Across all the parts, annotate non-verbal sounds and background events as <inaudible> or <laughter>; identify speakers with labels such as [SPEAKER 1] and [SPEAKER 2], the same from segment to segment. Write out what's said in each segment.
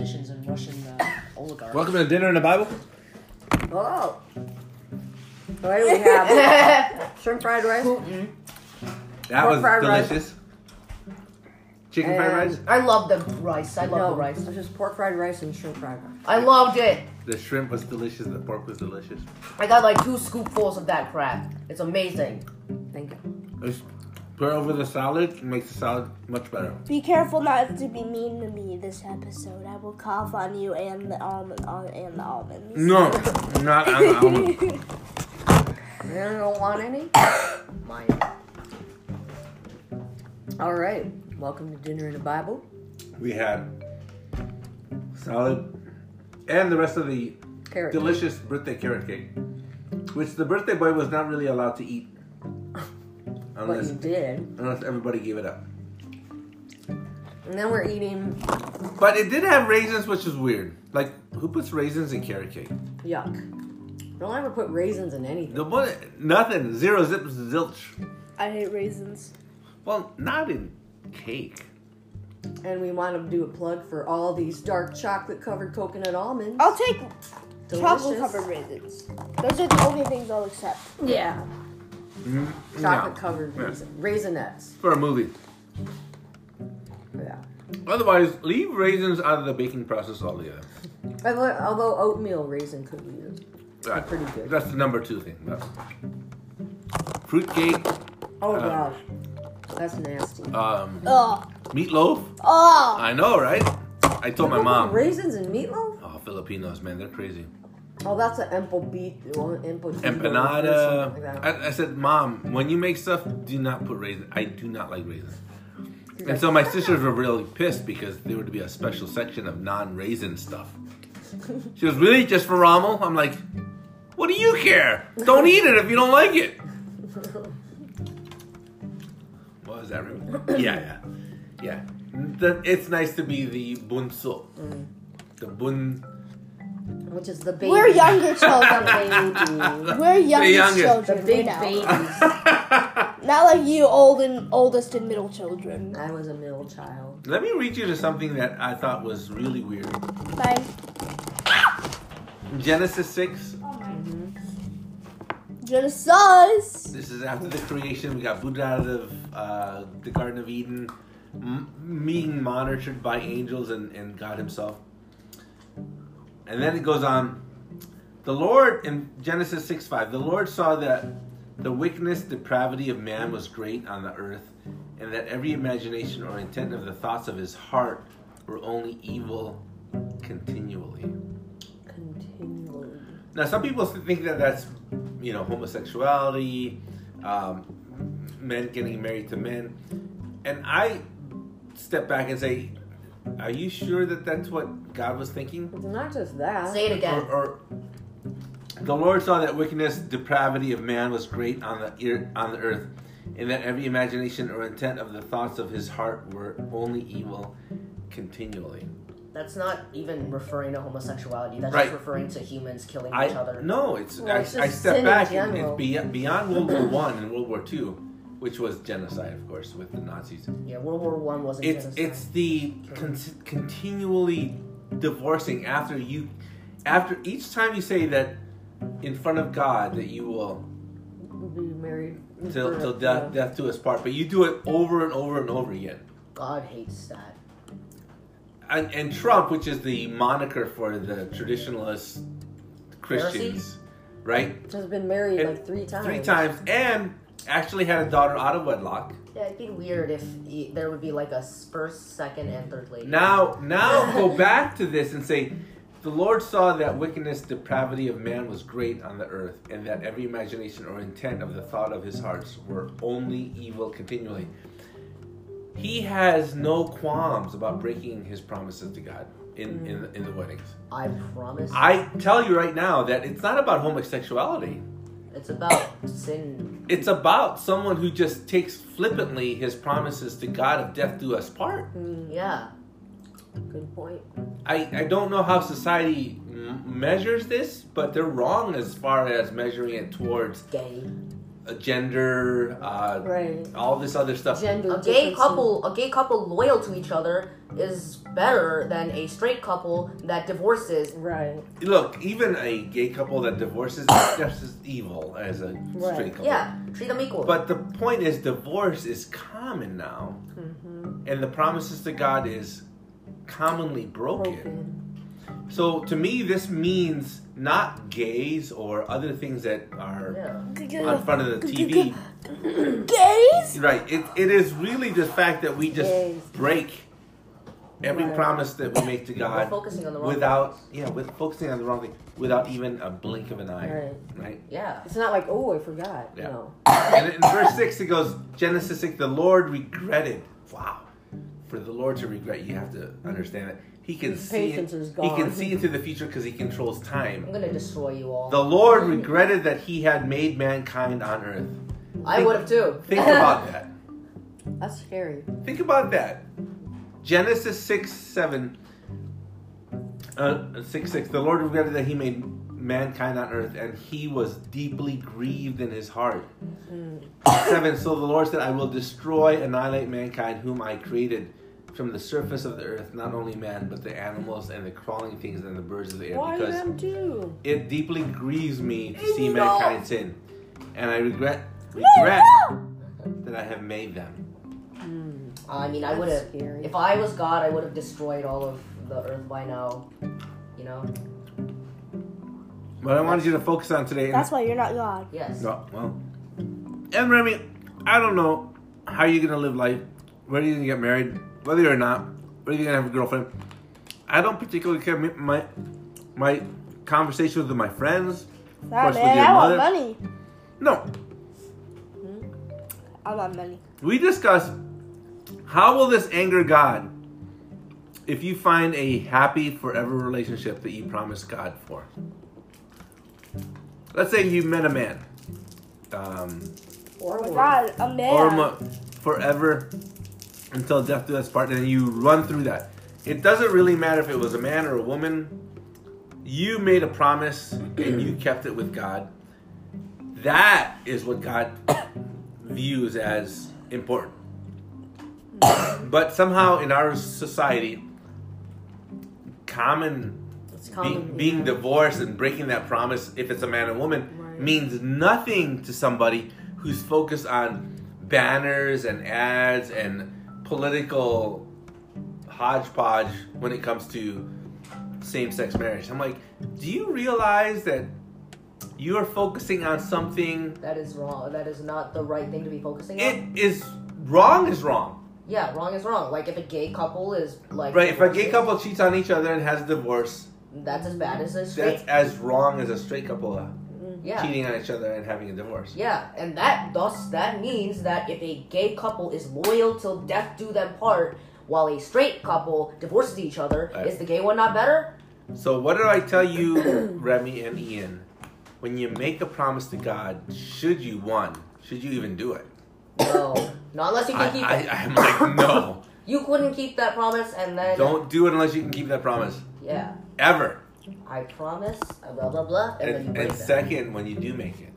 [SPEAKER 1] Russian uh, oligarch.
[SPEAKER 2] Welcome to dinner and the Bible.
[SPEAKER 3] Oh. What do we have? uh, <laughs> Shrimp fried rice.
[SPEAKER 2] That was
[SPEAKER 3] fried rice.
[SPEAKER 2] delicious. Chicken fried rice.
[SPEAKER 3] And-
[SPEAKER 1] I love the rice. I love
[SPEAKER 3] No,
[SPEAKER 1] the rice.
[SPEAKER 3] It's just pork fried rice and shrimp fried rice.
[SPEAKER 1] I loved it.
[SPEAKER 2] The shrimp was delicious. The pork was delicious.
[SPEAKER 1] I got like two scoopfuls of that crap. It's amazing.
[SPEAKER 3] Thank you.
[SPEAKER 2] It's put over the salad. It makes the salad much better.
[SPEAKER 4] Be careful not to be mean to me this episode. I will cough on you and the almond on and the almonds.
[SPEAKER 2] No, not on the almond.
[SPEAKER 3] You don't want any? <coughs> Mine. All right. Welcome to Dinner and a Bible.
[SPEAKER 2] <laughs> We had salad and the rest of the
[SPEAKER 3] Carrot.
[SPEAKER 2] delicious birthday carrot cake, which the birthday boy was not really allowed to eat
[SPEAKER 3] But
[SPEAKER 2] unless
[SPEAKER 3] you did.
[SPEAKER 2] unless everybody gave it up.
[SPEAKER 3] And then we're eating
[SPEAKER 2] But it did have raisins, which is weird. Like who puts raisins in carrot cake?
[SPEAKER 3] yuck. Don't ever put raisins in anything.
[SPEAKER 2] The one, nothing, zero zip zilch.
[SPEAKER 4] I hate raisins.
[SPEAKER 2] Well, not in cake.
[SPEAKER 3] And we want to do a plug for all these dark chocolate covered coconut almonds.
[SPEAKER 4] I'll take chocolate
[SPEAKER 3] Delicious.
[SPEAKER 4] covered raisins. Those are the only things I'll accept.
[SPEAKER 3] Yeah.
[SPEAKER 2] Mm, no.
[SPEAKER 3] Chocolate covered
[SPEAKER 2] Yeah.
[SPEAKER 3] raisin. raisinets.
[SPEAKER 2] for a movie.
[SPEAKER 3] Yeah.
[SPEAKER 2] Otherwise, leave raisins out of the baking process altogether.
[SPEAKER 3] Although although oatmeal raisin cookies.
[SPEAKER 2] Yeah,
[SPEAKER 3] pretty good.
[SPEAKER 2] That's the number two thing. That's fruitcake,
[SPEAKER 3] Oh
[SPEAKER 2] Uh,
[SPEAKER 3] gosh, that's nasty. Mm.
[SPEAKER 2] um,
[SPEAKER 4] Oh,
[SPEAKER 2] meatloaf.
[SPEAKER 4] oh.
[SPEAKER 2] I know, right? I told Oh, my mom.
[SPEAKER 3] Raisins and meatloaf?
[SPEAKER 2] Oh, Filipinos, man, they're crazy.
[SPEAKER 3] Oh, that's an empobito. or empotito or something
[SPEAKER 2] Empanada.
[SPEAKER 3] like that.
[SPEAKER 2] I, I said, Mom, when you make stuff, do not put raisins. I do not like raisins.
[SPEAKER 3] She's
[SPEAKER 2] And
[SPEAKER 3] like,
[SPEAKER 2] so my sisters were really pissed because there would be a special section of non-raisin stuff. She was really just for Rommel. I'm like, what do you care? Don't eat it if you don't like it. What was that?
[SPEAKER 3] <coughs>
[SPEAKER 2] Ruben? Yeah, yeah, yeah. The- it's nice to be the bunso,
[SPEAKER 3] Mm.
[SPEAKER 2] the bun,
[SPEAKER 3] which is the baby.
[SPEAKER 4] We're younger children.
[SPEAKER 3] <laughs> baby.
[SPEAKER 4] We're younger,
[SPEAKER 2] youngest.
[SPEAKER 3] The
[SPEAKER 4] children. we
[SPEAKER 3] big
[SPEAKER 4] know.
[SPEAKER 3] babies.
[SPEAKER 4] Not like you, old and oldest and middle children.
[SPEAKER 3] I was a middle child.
[SPEAKER 2] Let me read you to something that I thought was really weird.
[SPEAKER 4] Bye.
[SPEAKER 2] Genesis 6.
[SPEAKER 4] Genesis.
[SPEAKER 2] This is after the creation. We got booted out of uh, the Garden of Eden, m- being monitored by angels and, and God Himself. And then it goes on. The Lord, in Genesis 6 5, the Lord saw that the wickedness, depravity of man was great on the earth, and that every imagination or intent of the thoughts of his heart were only evil continually.
[SPEAKER 3] Continually.
[SPEAKER 2] Now, some people think that that's, you know, homosexuality, um, men getting married to men, and I step back and say, are you sure that that's what God was thinking?
[SPEAKER 3] It's not just that.
[SPEAKER 1] Say it
[SPEAKER 2] Or,
[SPEAKER 1] again.
[SPEAKER 2] or the Lord saw that wickedness, depravity of man was great on the ear, on the earth, and that every imagination or intent of the thoughts of his heart were only evil continually.
[SPEAKER 1] That's not even referring to homosexuality. That's
[SPEAKER 2] Right.
[SPEAKER 1] just referring to humans killing each
[SPEAKER 2] I
[SPEAKER 1] other.
[SPEAKER 2] no, it's,
[SPEAKER 3] Well, it's
[SPEAKER 2] I, I
[SPEAKER 3] just
[SPEAKER 2] step
[SPEAKER 3] sin
[SPEAKER 2] back.
[SPEAKER 3] in
[SPEAKER 2] and It's
[SPEAKER 3] general.
[SPEAKER 2] beyond, beyond World War One and World War Two, which was genocide, of course, with the Nazis.
[SPEAKER 1] Yeah, World War One wasn't
[SPEAKER 2] It's
[SPEAKER 1] genocide.
[SPEAKER 2] it's the con- continually divorcing after you, after each time you say that in front of God that you will
[SPEAKER 3] We'll be married.
[SPEAKER 2] till
[SPEAKER 3] for-
[SPEAKER 2] till death
[SPEAKER 3] yeah.
[SPEAKER 2] death do us part, but you do it over and over and over again.
[SPEAKER 1] God hates that.
[SPEAKER 2] And, and Trump, which is the moniker for the traditionalist Christians, right?
[SPEAKER 3] Has been married
[SPEAKER 2] And
[SPEAKER 3] like three times.
[SPEAKER 2] Three times, and actually had a daughter out of wedlock.
[SPEAKER 1] Yeah, it'd be weird if y there would be like a first, second, and third lady.
[SPEAKER 2] Now, now go back to this and say, the Lord saw that wickedness, depravity of man was great on the earth, and that every imagination or intent of the thought of his hearts were only evil continually. He has no qualms about breaking his promises to God in, in, in the weddings.
[SPEAKER 1] I promise.
[SPEAKER 2] I tell you right now that it's not about homosexuality.
[SPEAKER 1] It's about sin.
[SPEAKER 2] It's about someone who just takes flippantly his promises to God of death do us part.
[SPEAKER 1] Yeah.
[SPEAKER 3] Hmm, Good point.
[SPEAKER 2] I, I don't know how society m- measures this, but they're wrong as far as measuring it towards
[SPEAKER 1] Gay.
[SPEAKER 2] a gender, uh,
[SPEAKER 3] Right.
[SPEAKER 2] all this other stuff.
[SPEAKER 3] Gender.
[SPEAKER 1] A gay
[SPEAKER 3] differences.
[SPEAKER 1] couple. A gay couple loyal to each other is better than a straight couple that divorces.
[SPEAKER 3] Right.
[SPEAKER 2] Look, even a gay couple that divorces <coughs> is just as evil as a straight couple.
[SPEAKER 1] Yeah, treat them equal.
[SPEAKER 2] But the point is, divorce is common now,
[SPEAKER 1] Mm-hmm.
[SPEAKER 2] and the promises to God is commonly broken. So to me, this means not gays or other things that are
[SPEAKER 1] yeah.
[SPEAKER 2] on front of the TV.
[SPEAKER 4] Gays?
[SPEAKER 2] Right. It, it is really the fact that we just
[SPEAKER 3] Gays.
[SPEAKER 2] break every
[SPEAKER 3] Right.
[SPEAKER 2] promise that we make to
[SPEAKER 1] We're
[SPEAKER 2] God
[SPEAKER 1] focusing on the wrong
[SPEAKER 2] without yeah, with focusing on the wrong thing without even a blink of an eye.
[SPEAKER 3] Right.
[SPEAKER 2] Right.
[SPEAKER 1] Yeah.
[SPEAKER 3] It's not like, oh, I forgot.
[SPEAKER 2] Yeah.
[SPEAKER 3] No.
[SPEAKER 2] And in verse six it goes Genesis six, the Lord regretted. Wow. For the Lord to regret, you have to understand that he can
[SPEAKER 3] His
[SPEAKER 2] see
[SPEAKER 3] patience is
[SPEAKER 2] he can
[SPEAKER 3] gone.
[SPEAKER 2] see into the future because he controls time.
[SPEAKER 1] I'm gonna destroy you all.
[SPEAKER 2] The Lord regretted that he had made mankind on earth.
[SPEAKER 1] I would have too.
[SPEAKER 2] Think about that.
[SPEAKER 3] That's scary.
[SPEAKER 2] Think about that. Genesis 6 7. Uh, 6 6. The Lord regretted that he made mankind on earth, and he was deeply grieved in his heart.
[SPEAKER 3] Hmm.
[SPEAKER 2] 7. So the Lord said, I will destroy, annihilate mankind, whom I created from the surface of the earth, not only man, but the animals and the crawling things and the birds of the air.
[SPEAKER 3] Why
[SPEAKER 2] because
[SPEAKER 3] them too?
[SPEAKER 2] it deeply grieves me to
[SPEAKER 4] Evil.
[SPEAKER 2] see mankind sin, and I regret regret that I have made them.
[SPEAKER 3] Hmm.
[SPEAKER 1] I mean, I
[SPEAKER 3] That's
[SPEAKER 1] would have.
[SPEAKER 3] scary.
[SPEAKER 1] If I was God, I would have destroyed all of the earth by now. You know?
[SPEAKER 2] What I wanted you to focus on today.
[SPEAKER 4] That's why you're not God.
[SPEAKER 1] Yes.
[SPEAKER 2] no, well, and Remy, I don't know how you're gonna live life, whether you're gonna get married, whether you're not, whether you're gonna have a girlfriend. I don't particularly care my my, my conversations with my friends.
[SPEAKER 4] Nah,
[SPEAKER 2] course, with
[SPEAKER 4] man,
[SPEAKER 2] your
[SPEAKER 4] I want
[SPEAKER 2] mother.
[SPEAKER 4] money.
[SPEAKER 2] No,
[SPEAKER 4] I want money.
[SPEAKER 2] we discuss how will this anger God if you find a happy forever relationship that you promised God for. Let's say you met a man, um,
[SPEAKER 3] Or
[SPEAKER 4] Oh
[SPEAKER 3] would.
[SPEAKER 4] my God, a man.
[SPEAKER 2] or mo- forever until death do us part, and you run through that. It doesn't really matter if it was a man or a woman. You made a promise and you kept it with God. That is what God <coughs> views as important. But somehow in our society, common
[SPEAKER 1] It's
[SPEAKER 2] being,
[SPEAKER 1] common.
[SPEAKER 2] being divorced and breaking that promise, if it's a man and woman,
[SPEAKER 3] Right.
[SPEAKER 2] means nothing to somebody who's focused on banners and ads and political hodgepodge when it comes to same sex marriage. I'm like, do you realize that you are focusing on something?
[SPEAKER 1] that is wrong. That is not the right thing to be focusing on.
[SPEAKER 2] It is wrong, is wrong.
[SPEAKER 1] Yeah, wrong is wrong. Like if a gay couple is like
[SPEAKER 2] Right? If a gay couple cheats on each other and has a divorce,
[SPEAKER 1] that's as bad as a straight.
[SPEAKER 2] that's as wrong as a straight couple uh,
[SPEAKER 1] yeah.
[SPEAKER 2] cheating on each other and having a divorce.
[SPEAKER 1] Yeah, and that thus that means that if a gay couple is loyal till death do them part, while a straight couple divorces each other,
[SPEAKER 2] Right.
[SPEAKER 1] is the gay one not better?
[SPEAKER 2] So what did I tell you, Remy and Ian? When you make a promise to God, should you one? Should you even do it? <coughs>
[SPEAKER 1] No, not unless you
[SPEAKER 2] I,
[SPEAKER 1] can keep
[SPEAKER 2] I,
[SPEAKER 1] it.
[SPEAKER 2] I'm like,
[SPEAKER 1] <laughs>
[SPEAKER 2] no.
[SPEAKER 1] You couldn't keep that promise, and then
[SPEAKER 2] Don't do it unless you can keep that promise.
[SPEAKER 1] yeah,
[SPEAKER 2] Ever.
[SPEAKER 1] I promise, uh, blah blah blah, and, then you
[SPEAKER 2] And,
[SPEAKER 1] break
[SPEAKER 2] and
[SPEAKER 1] that.
[SPEAKER 2] second, when you do make it,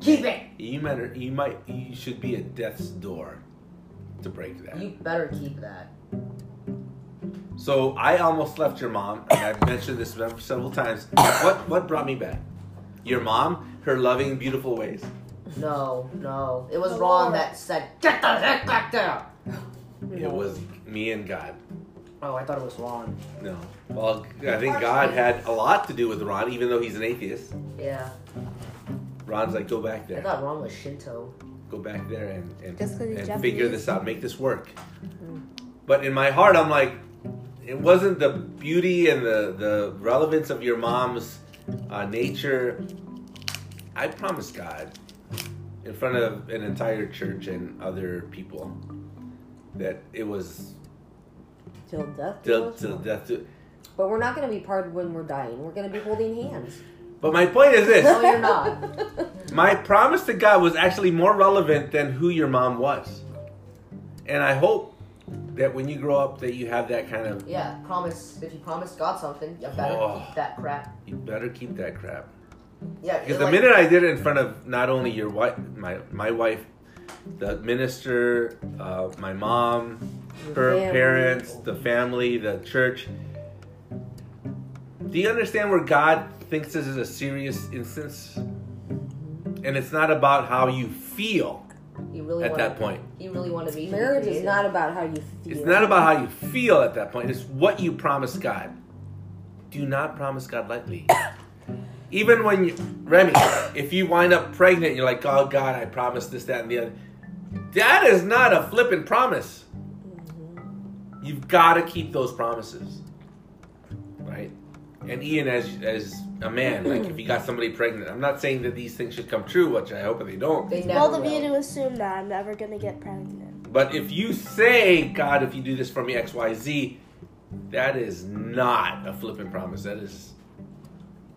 [SPEAKER 1] keep it.
[SPEAKER 2] you might, you might, you should be at death's door to break that.
[SPEAKER 1] You better keep that.
[SPEAKER 2] So I almost left your mom, and I've mentioned this several times. What, what brought me back? Your mom, her loving, beautiful ways.
[SPEAKER 1] No, no, it was
[SPEAKER 4] The
[SPEAKER 1] wrong
[SPEAKER 4] Lord.
[SPEAKER 1] that said get the heck back there.
[SPEAKER 2] It was me and God.
[SPEAKER 1] Oh, I thought it was Ron.
[SPEAKER 2] No. Well, I think God had a lot to do with Ron, even though he's an atheist.
[SPEAKER 1] Yeah,
[SPEAKER 2] Ron's like, go back
[SPEAKER 1] I
[SPEAKER 2] there,
[SPEAKER 1] thought Ron was Shinto.
[SPEAKER 2] go back there, and and,
[SPEAKER 4] Just 'cause he's
[SPEAKER 2] and
[SPEAKER 4] Japanese.
[SPEAKER 2] figure this out, make this work. But in my heart, I'm like, it wasn't the beauty and the the relevance of your mom's uh, nature. I promised God in front of an entire church and other people that it was
[SPEAKER 3] Till death. do
[SPEAKER 2] till,
[SPEAKER 3] us
[SPEAKER 2] till
[SPEAKER 3] part.
[SPEAKER 2] death. Do-
[SPEAKER 3] But we're not going to be parted when we're dying. We're going to be holding
[SPEAKER 2] <laughs>
[SPEAKER 3] hands.
[SPEAKER 2] but my point is this.
[SPEAKER 1] No,
[SPEAKER 3] <laughs>
[SPEAKER 1] you're not.
[SPEAKER 2] My promise to God was actually more relevant than who your mom was. And I hope that when you grow up that you have that kind of
[SPEAKER 1] Yeah, promise. If you promise God something, you better
[SPEAKER 2] Oh.
[SPEAKER 1] keep that crap.
[SPEAKER 2] you better keep that crap.
[SPEAKER 1] Yeah,
[SPEAKER 2] Because
[SPEAKER 1] it,
[SPEAKER 2] the
[SPEAKER 1] like-
[SPEAKER 2] minute I did it in front of not only your wife my my wife, the minister, uh, my mom,
[SPEAKER 3] Your
[SPEAKER 2] her
[SPEAKER 3] family.
[SPEAKER 2] parents, the family, the church. Do you understand where God thinks this is a serious instance? And it's not about how you feel
[SPEAKER 1] You really
[SPEAKER 2] at
[SPEAKER 1] wanna,
[SPEAKER 2] that point.
[SPEAKER 1] You really want to be
[SPEAKER 3] <laughs> Marriage is
[SPEAKER 1] creative.
[SPEAKER 3] not about how you feel.
[SPEAKER 2] It's not about how you feel at that point. It's what you promise God. Do not promise God lightly. <coughs> Even when you, Remy, if you wind up pregnant, you're like, oh God, I promised this, that, and the other. That is not a flippant promise. You've got to keep those promises, right? And Ian, as as a man, like if you got somebody pregnant, I'm not saying that these things should come true, which I hope they don't.
[SPEAKER 1] They never
[SPEAKER 4] Both of
[SPEAKER 1] will.
[SPEAKER 4] you to assume that I'm never gonna get pregnant.
[SPEAKER 2] But if you say, God, if you do this for me, XYZ, that is not a flippant promise. That is,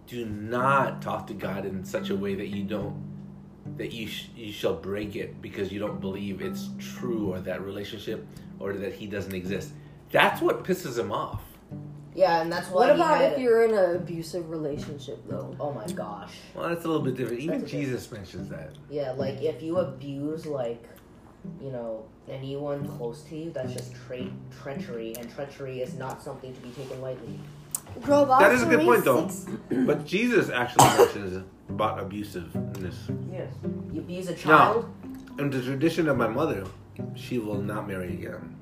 [SPEAKER 2] do not talk to God in such a way that you don't, that you, sh- you shall break it because you don't believe it's true or that relationship or that he doesn't exist. That's what pisses him off.
[SPEAKER 1] Yeah, and that's why
[SPEAKER 3] What
[SPEAKER 1] he
[SPEAKER 3] about
[SPEAKER 1] had-
[SPEAKER 3] if you're in an abusive relationship though?
[SPEAKER 1] Oh my gosh.
[SPEAKER 2] Well, that's a little bit different. Even
[SPEAKER 1] That's okay.
[SPEAKER 2] Jesus mentions that.
[SPEAKER 1] Yeah,
[SPEAKER 3] Mm.
[SPEAKER 1] like if you abuse like, you know, anyone close to you, that's just tre- treachery, and treachery is not something to be taken lightly.
[SPEAKER 2] That is a good point, though. But Jesus actually mentions about abusiveness.
[SPEAKER 1] Yes. You abuse a child.
[SPEAKER 2] In the tradition of my mother, she will not marry again.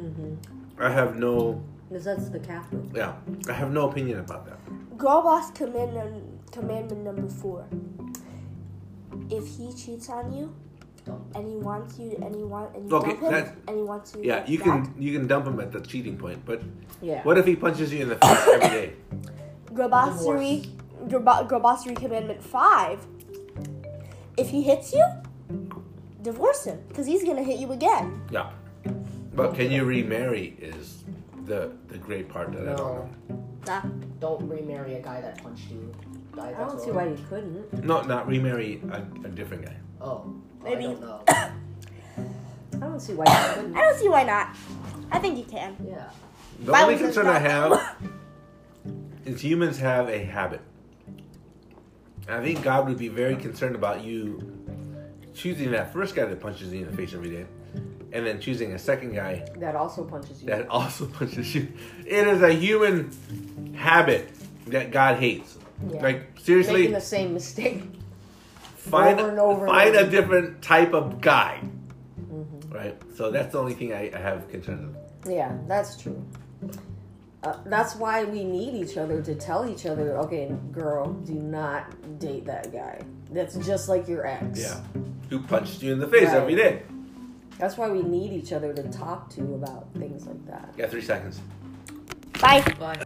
[SPEAKER 3] Mm-hmm.
[SPEAKER 2] I have no,
[SPEAKER 3] Because that's the Catholic.
[SPEAKER 2] yeah, I have no opinion about that.
[SPEAKER 4] Girl boss commandment, commandment number four. If he cheats on you, and he wants you, and he want, and you
[SPEAKER 2] Okay,
[SPEAKER 4] dump him,
[SPEAKER 2] that's-
[SPEAKER 4] and he wants you,
[SPEAKER 2] Yeah, you
[SPEAKER 4] back,
[SPEAKER 2] can you can dump him at the cheating point, but
[SPEAKER 3] Yeah.
[SPEAKER 2] what if he punches you in the face every day?
[SPEAKER 4] Grabassery, Graba- Grabassery Commandment 5. If he hits you, divorce him, because he's going to hit you again.
[SPEAKER 2] Yeah, but can you remarry? Is the the great part that I don't know.
[SPEAKER 1] No,
[SPEAKER 4] Nah.
[SPEAKER 1] don't remarry a guy that punched you. I,
[SPEAKER 3] I don't see why you couldn't.
[SPEAKER 2] No, not remarry a, a different guy.
[SPEAKER 1] Oh,
[SPEAKER 4] Maybe-
[SPEAKER 1] I don't
[SPEAKER 3] <coughs>
[SPEAKER 1] know.
[SPEAKER 3] I don't see why you
[SPEAKER 4] I
[SPEAKER 3] couldn't.
[SPEAKER 4] don't see why not. I think you can.
[SPEAKER 1] yeah.
[SPEAKER 2] The
[SPEAKER 4] Why
[SPEAKER 2] only
[SPEAKER 4] was it
[SPEAKER 2] concern I
[SPEAKER 4] not-
[SPEAKER 2] have is humans have a habit. I think God would be very concerned about you choosing that first guy that punches you in the face every day, and then choosing a second guy
[SPEAKER 3] That also punches you.
[SPEAKER 2] that <laughs> also punches you. It is a human habit that God hates.
[SPEAKER 3] Yeah.
[SPEAKER 2] Like
[SPEAKER 3] Making
[SPEAKER 2] seriously,
[SPEAKER 3] the same mistake.
[SPEAKER 2] find
[SPEAKER 3] over and over and
[SPEAKER 2] find
[SPEAKER 3] over.
[SPEAKER 2] a different type of guy.
[SPEAKER 3] Mm-hmm.
[SPEAKER 2] Right. So that's the only thing I, I have concern of.
[SPEAKER 3] Yeah, that's true. Uh, that's why we need each other to tell each other, okay, girl, do not date that guy. That's just like your ex.
[SPEAKER 2] Yeah. Who punched you in the face
[SPEAKER 3] Right.
[SPEAKER 2] every day?
[SPEAKER 3] That's why we need each other to talk to about things like that.
[SPEAKER 2] Got three seconds.
[SPEAKER 4] Bye.
[SPEAKER 1] Bye.